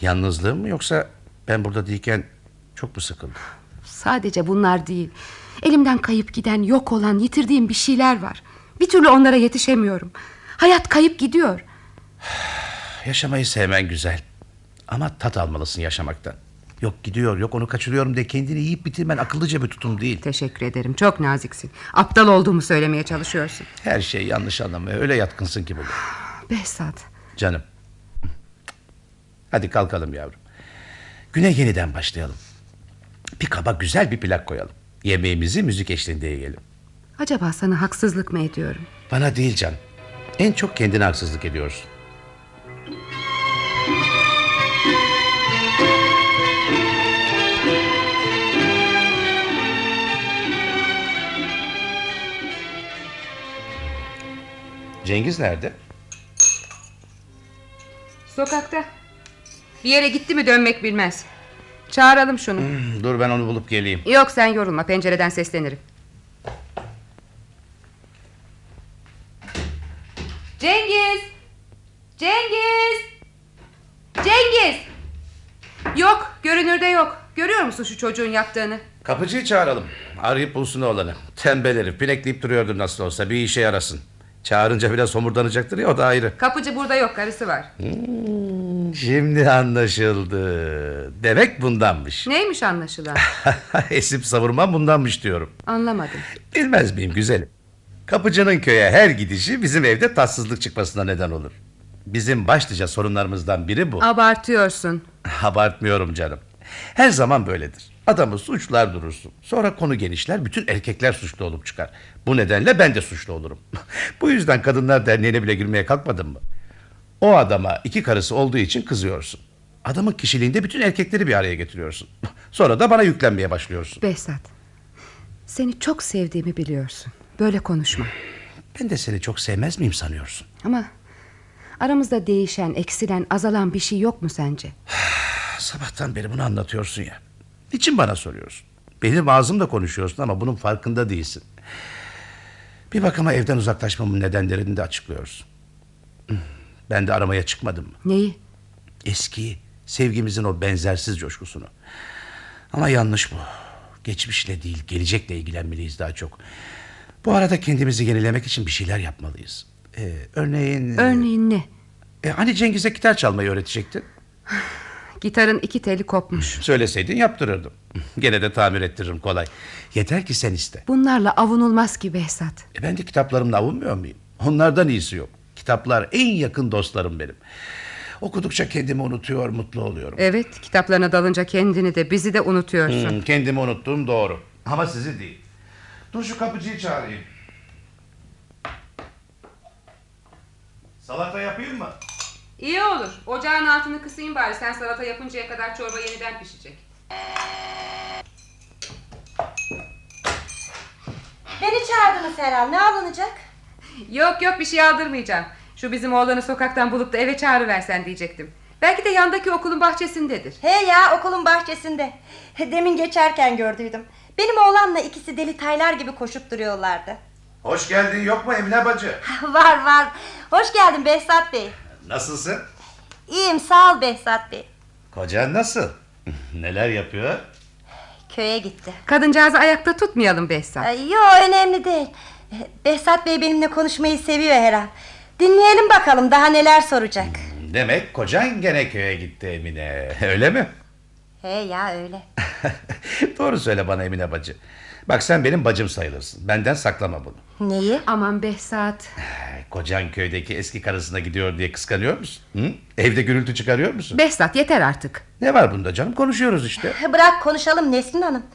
Speaker 3: Yalnızlığım mı yoksa ben burada değilken çok mu sıkıldın?
Speaker 2: Sadece bunlar değil. Elimden kayıp giden, yok olan, yitirdiğim bir şeyler var. Bir türlü onlara yetişemiyorum. Hayat kayıp gidiyor.
Speaker 3: Yaşamayı sevmen güzel. Ama tat almalısın yaşamaktan. Yok gidiyor, yok onu kaçırıyorum de kendini yiyip bitirmen akıllıca bir tutum değil.
Speaker 2: Teşekkür ederim. Çok naziksin. Aptal olduğumu söylemeye çalışıyorsun.
Speaker 3: Her şeyi yanlış anlamaya öyle yatkınsın ki bugün.
Speaker 2: Behzat.
Speaker 3: Canım. Hadi kalkalım yavrum. Güne yeniden başlayalım. Bir kaba güzel bir plak koyalım. Yemeğimizi müzik eşliğinde yiyelim.
Speaker 2: Acaba sana haksızlık mı ediyorum?
Speaker 3: Bana değil can. En çok kendine haksızlık ediyorsun. Cengiz nerede?
Speaker 2: Sokakta. Bir yere gitti mi dönmek bilmez. Çağıralım şunu.
Speaker 3: Dur ben onu bulup geleyim.
Speaker 2: Yok sen yorulma pencereden seslenirim. Cengiz! Cengiz! Cengiz! Yok görünürde yok. Görüyor musun şu çocuğun yaptığını?
Speaker 3: Kapıcıyı çağıralım. Arayıp bulsun oğlanı. Tembel herif. Pinekleyip duruyordur nasıl olsa. Bir işe yarasın. Çağırınca biraz homurdanacaktır ya o da ayrı.
Speaker 2: Kapıcı burada yok karısı var.
Speaker 3: Şimdi anlaşıldı. Demek bundanmış.
Speaker 2: Neymiş anlaşılan?
Speaker 3: Esip savurman bundanmış diyorum.
Speaker 2: Anlamadım.
Speaker 3: Bilmez miyim güzelim? Kapıcının köye her gidişi bizim evde tatsızlık çıkmasına neden olur. Bizim başlıca sorunlarımızdan biri bu.
Speaker 2: Abartıyorsun.
Speaker 3: Abartmıyorum canım. Her zaman böyledir. Adamı suçlar durursun. Sonra konu genişler bütün erkekler suçlu olup çıkar. Bu nedenle ben de suçlu olurum. Bu yüzden kadınlar derneğine bile girmeye kalkmadın mı? O adama iki karısı olduğu için kızıyorsun. Adamın kişiliğinde bütün erkekleri bir araya getiriyorsun. Sonra da bana yüklenmeye başlıyorsun.
Speaker 2: Behzat. Seni çok sevdiğimi biliyorsun. Böyle konuşma.
Speaker 3: Ben de seni çok sevmez miyim sanıyorsun?
Speaker 2: Ama aramızda değişen, eksilen, azalan bir şey yok mu sence?
Speaker 3: Ah, Sabahtan beri bunu anlatıyorsun ya. Niçin bana soruyorsun? Benim ağzımla konuşuyorsun ama bunun farkında değilsin. Bir bakıma evden uzaklaşmamın nedenlerini de açıklıyorsun. Hmm, Ben de aramaya çıkmadım mı?
Speaker 2: Neyi?
Speaker 3: Eskiyi, sevgimizin o benzersiz coşkusunu. Ama yanlış bu. Geçmişle değil, gelecekle ilgilenmeliyiz daha çok. Bu arada kendimizi yenilemek için bir şeyler yapmalıyız. Ee, örneğin...
Speaker 2: Örneğin ne?
Speaker 3: E, hani Cengiz'e gitar çalmayı öğretecektin?
Speaker 2: Gitarın iki teli kopmuş.
Speaker 3: Söyleseydin yaptırırdım. Gene de tamir ettiririm kolay. Yeter ki sen iste.
Speaker 2: Bunlarla avunulmaz ki Behzat.
Speaker 3: E ben de kitaplarımla avunmuyor muyum? Onlardan iyisi yok. Kitaplar en yakın dostlarım benim. Okudukça kendimi unutuyor, mutlu oluyorum.
Speaker 2: Evet, kitaplarına dalınca kendini de bizi de unutuyorsun.
Speaker 3: Hmm, kendimi unuttuğum doğru. Ama sizi değil.
Speaker 6: Dur şu kapıcıyı çağırayım. Salata yapayım mı?
Speaker 1: İyi olur. Ocağın altını kısayım bari sen salata yapıncaya kadar çorba yeniden pişecek.
Speaker 5: Beni çağırdınız herhalde. Ne alınacak?
Speaker 2: Yok yok bir şey aldırmayacağım. Şu bizim oğlanı sokaktan bulup da eve çağırıversen diyecektim. Belki de yandaki okulun bahçesindedir.
Speaker 5: He ya okulun bahçesinde. Demin geçerken gördüydüm. Benim oğlanla ikisi deli taylar gibi koşup duruyorlardı.
Speaker 3: Hoş geldin yok mu Emine bacı?
Speaker 5: var var. Hoş geldin Behzat Bey.
Speaker 3: Nasılsın?
Speaker 5: İyiyim sağ ol Behzat Bey.
Speaker 3: Kocan nasıl? Neler yapıyor?
Speaker 5: Köye gitti.
Speaker 2: Kadıncağızı ayakta tutmayalım Behzat.
Speaker 5: Ay, yo önemli değil. Eh, Behzat Bey benimle konuşmayı seviyor herhalde. Dinleyelim bakalım daha neler soracak.
Speaker 3: Demek kocan gene köye gitti Emine. Öyle mi?
Speaker 5: He ya öyle.
Speaker 3: Doğru söyle bana Emine bacı. Bak sen benim bacım sayılırsın. Benden saklama bunu.
Speaker 5: Neyi?
Speaker 2: Aman Behzat.
Speaker 3: Ay, Kocan köydeki eski karısına gidiyor diye kıskanıyor musun? Hı? Evde gürültü çıkarıyor musun?
Speaker 2: Behzat yeter artık.
Speaker 3: Ne var bunda canım? Konuşuyoruz işte.
Speaker 5: Bırak konuşalım Nesrin Hanım.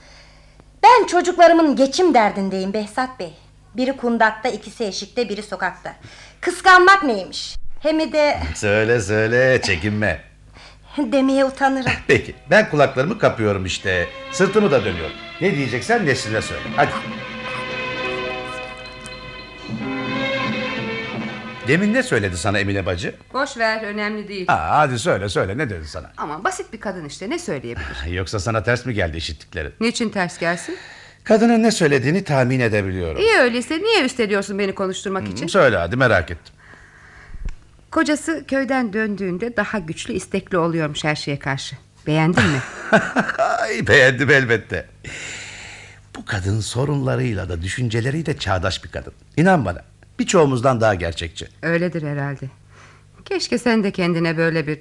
Speaker 5: Ben çocuklarımın geçim derdindeyim Behzat Bey. Biri kundakta, ikisi eşikte, biri sokakta. Kıskanmak neymiş? Hem de
Speaker 3: Söyle söyle çekinme.
Speaker 5: demeye utanırım.
Speaker 3: Peki ben kulaklarımı kapıyorum işte. Sırtımı da dönüyorum. Ne diyeceksen nesline söyle. Hadi. Demin ne söyledi sana Emine bacı?
Speaker 2: Boş ver önemli değil.
Speaker 3: Aa, hadi söyle söyle ne dedi sana?
Speaker 2: Aman basit bir kadın işte ne söyleyebilir?
Speaker 3: Yoksa sana ters mi geldi işittiklerin?
Speaker 2: Niçin ters gelsin?
Speaker 3: Kadının ne söylediğini tahmin edebiliyorum.
Speaker 2: İyi öyleyse niye üsteliyorsun beni konuşturmak için?
Speaker 3: Söyle hadi merak ettim.
Speaker 2: Kocası köyden döndüğünde daha güçlü istekli oluyormuş her şeye karşı. Beğendin mi?
Speaker 3: Ay, beğendim elbette. Bu kadın sorunlarıyla da düşünceleriyle çağdaş bir kadın. İnan bana birçoğumuzdan daha gerçekçi.
Speaker 2: Öyledir herhalde. Keşke sen de kendine böyle bir...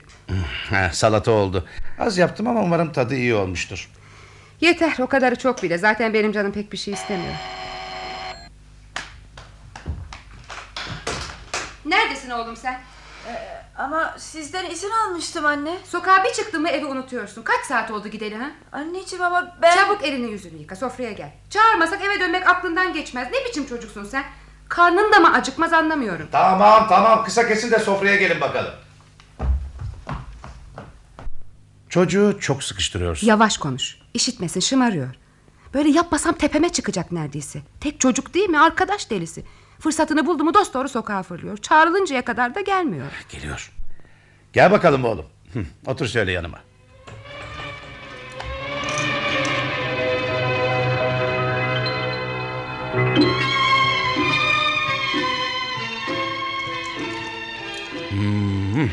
Speaker 3: Heh, salata oldu. Az yaptım ama umarım tadı iyi olmuştur.
Speaker 2: Yeter o kadarı çok bile. Zaten benim canım pek bir şey istemiyor. Neredesin oğlum sen?
Speaker 4: Ama sizden izin almıştım anne.
Speaker 2: Sokağa bir çıktın mı evi unutuyorsun. Kaç saat oldu gideli ha?
Speaker 4: Anneciğim ama ben...
Speaker 2: Çabuk elini yüzünü yıka sofraya gel. Çağırmasak eve dönmek aklından geçmez. Ne biçim çocuksun sen? Karnın da mı acıkmaz anlamıyorum.
Speaker 3: Tamam tamam kısa kesin de sofraya gelin bakalım. Çocuğu çok sıkıştırıyorsun.
Speaker 2: Yavaş konuş. İşitmesin şımarıyor. Böyle yapmasam tepeme çıkacak neredeyse. Tek çocuk değil mi? Arkadaş delisi. Fırsatını buldu mu dost doğru sokağa fırlıyor. Çağrılıncaya kadar da gelmiyor.
Speaker 3: Geliyor. Gel bakalım oğlum. Hı, Otur şöyle yanıma. Hmm,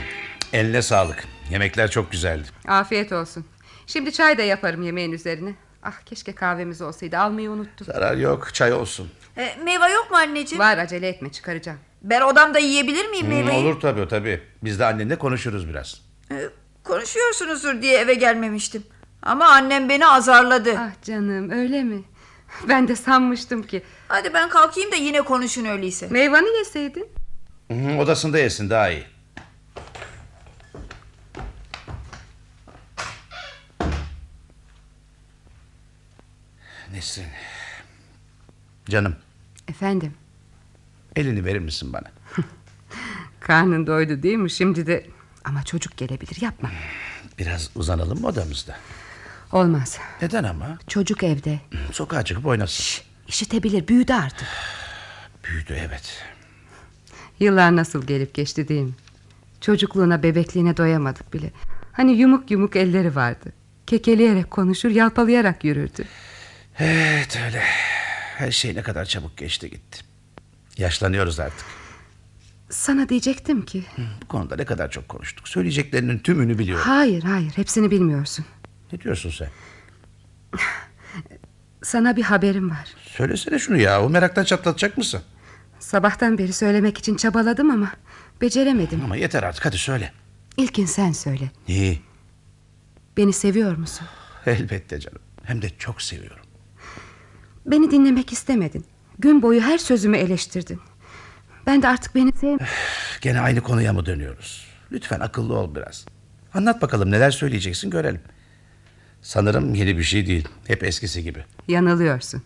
Speaker 3: Eline sağlık. Yemekler çok güzeldi.
Speaker 2: Afiyet olsun. Şimdi çay da yaparım yemeğin üzerine. Ah keşke kahvemiz olsaydı almayı unuttum.
Speaker 3: Zarar yok, çay olsun.
Speaker 4: E, meyve yok mu anneciğim?
Speaker 2: Var acele etme çıkaracağım.
Speaker 4: Ben odamda yiyebilir miyim
Speaker 3: Hmm,
Speaker 4: meyveyi?
Speaker 3: olur tabii tabii. Biz de annenle konuşuruz biraz.
Speaker 4: E, konuşuyorsunuzdur diye eve gelmemiştim. Ama annem beni azarladı.
Speaker 2: Ah canım öyle mi? Ben de sanmıştım ki.
Speaker 4: Hadi ben kalkayım da yine konuşun öyleyse.
Speaker 2: Meyvanı yeseydin.
Speaker 3: Hı, Odasında yesin daha iyi. Nesrin. Canım
Speaker 2: Efendim
Speaker 3: elini verir misin bana?
Speaker 2: karnın doydu değil mi şimdi de? Ama çocuk gelebilir yapma.
Speaker 3: Biraz uzanalım mı odamızda?
Speaker 2: Olmaz.
Speaker 3: Neden ama?
Speaker 2: Çocuk evde.
Speaker 3: Sokağa çıkıp oynasın.
Speaker 2: İşitebilir büyüdü artık.
Speaker 3: Büyüdü evet.
Speaker 2: Yıllar nasıl gelip geçti değil mi? Çocukluğuna bebekliğine doyamadık bile. Hani yumuk yumuk elleri vardı. Kekeleyerek konuşur yalpalayarak yürürdü.
Speaker 3: Evet öyle. Her şey ne kadar çabuk geçti gitti. Yaşlanıyoruz artık.
Speaker 2: Sana diyecektim ki.
Speaker 3: Bu konuda ne kadar çok konuştuk. Söyleyeceklerinin tümünü biliyorum.
Speaker 2: Hayır hayır hepsini bilmiyorsun.
Speaker 3: Ne diyorsun sen?
Speaker 2: Sana bir haberim var.
Speaker 3: Söylesene şunu ya. O meraktan çatlatacak mısın?
Speaker 2: Sabahtan beri söylemek için çabaladım ama beceremedim.
Speaker 3: Ama yeter artık hadi söyle.
Speaker 2: İlkin sen söyle.
Speaker 3: İyi.
Speaker 2: Beni seviyor musun?
Speaker 3: Elbette canım. Hem de çok seviyorum.
Speaker 2: Beni dinlemek istemedin. Gün boyu her sözümü eleştirdin. Ben de artık beni sev...
Speaker 3: Gene aynı konuya mı dönüyoruz? Lütfen akıllı ol biraz. Anlat bakalım neler söyleyeceksin görelim. Sanırım yeni bir şey değil. Hep eskisi gibi.
Speaker 2: Yanılıyorsun.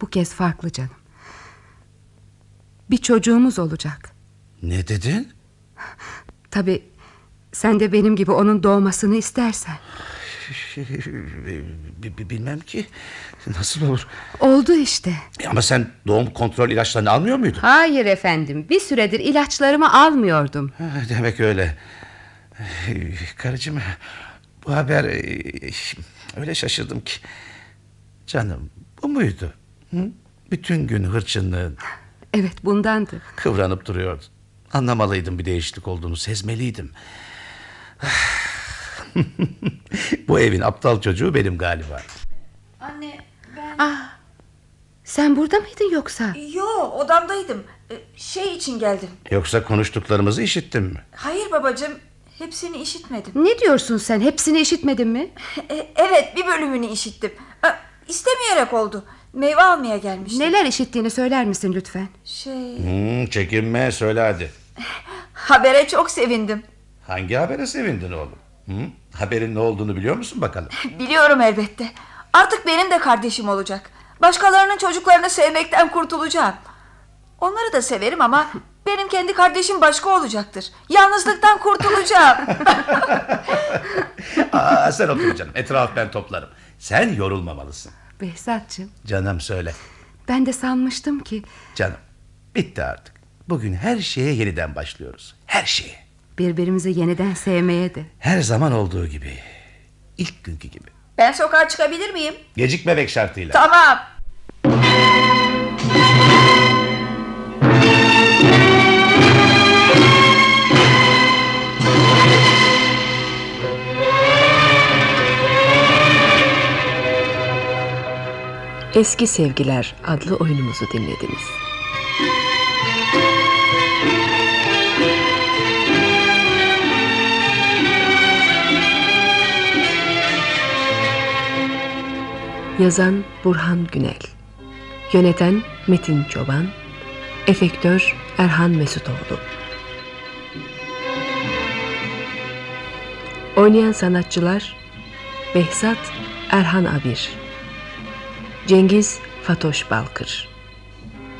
Speaker 2: Bu kez farklı canım. Bir çocuğumuz olacak.
Speaker 3: Ne dedin?
Speaker 2: Tabii sen de benim gibi onun doğmasını istersen.
Speaker 3: Bi- bi- Bilmem ki. Nasıl olur?
Speaker 2: Oldu işte.
Speaker 3: E Ama sen doğum kontrol ilaçlarını almıyor muydun?
Speaker 2: Hayır efendim bir süredir ilaçlarımı almıyordum.
Speaker 3: Ha, Demek öyle. Ey, Karıcığım bu haber e, öyle şaşırdım ki. Canım bu muydu? Hı? Bütün gün hırçınlığın
Speaker 2: Evet bundandı.
Speaker 3: kıvranıp duruyordun. Anlamalıydım bir değişiklik olduğunu sezmeliydim. bu evin aptal çocuğu benim galiba.
Speaker 4: Anne ben...
Speaker 2: Sen burada mıydın yoksa?
Speaker 4: Yo odamdaydım. Ee, Şey için geldim.
Speaker 3: Yoksa konuştuklarımızı işittin mi?
Speaker 4: Hayır babacığım hepsini işitmedim.
Speaker 2: Ne diyorsun sen hepsini işitmedin mi?
Speaker 4: E, evet bir bölümünü işittim. E, İstemeyerek oldu. Meyve almaya gelmiştim.
Speaker 2: Neler işittiğini söyler misin lütfen?
Speaker 4: Şey
Speaker 3: Hmm, çekinme söyle hadi.
Speaker 4: habere çok sevindim.
Speaker 3: Hangi habere sevindin oğlum? Hı? Haberin ne olduğunu biliyor musun bakalım?
Speaker 4: Biliyorum elbette. Artık benim de kardeşim olacak. Başkalarının çocuklarını sevmekten kurtulacağım. Onları da severim ama benim kendi kardeşim başka olacaktır. Yalnızlıktan kurtulacağım.
Speaker 3: Aa, sen otur canım etraf ben toplarım. Sen yorulmamalısın.
Speaker 2: Behzatçım
Speaker 3: Canım söyle.
Speaker 2: ben de sanmıştım ki
Speaker 3: Canım bitti artık. Bugün her şeye yeniden başlıyoruz. Her şeye.
Speaker 2: birbirimizi yeniden sevmeye de.
Speaker 3: Her zaman olduğu gibi. İlk günkü gibi.
Speaker 4: ben sokağa çıkabilir miyim?
Speaker 3: Gecikmemek şartıyla.
Speaker 4: Tamam.
Speaker 8: Eski Sevgiler adlı oyunumuzu dinlediniz. Yazan Burhan Günel Yöneten Metin Çoban Efektör Erhan Mesutoğlu Oynayan sanatçılar Behzat Erhan Abir Cengiz Fatoş Balkır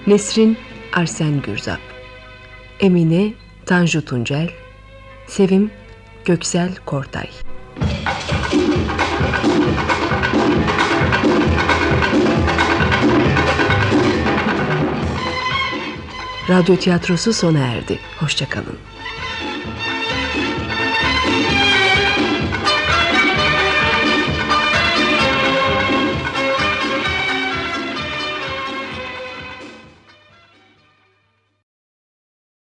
Speaker 8: Nesrin Arsen Gürzap Emine Tanju Tuncel Sevim Göksel Kortay Radyo tiyatrosu sona erdi. Hoşçakalın.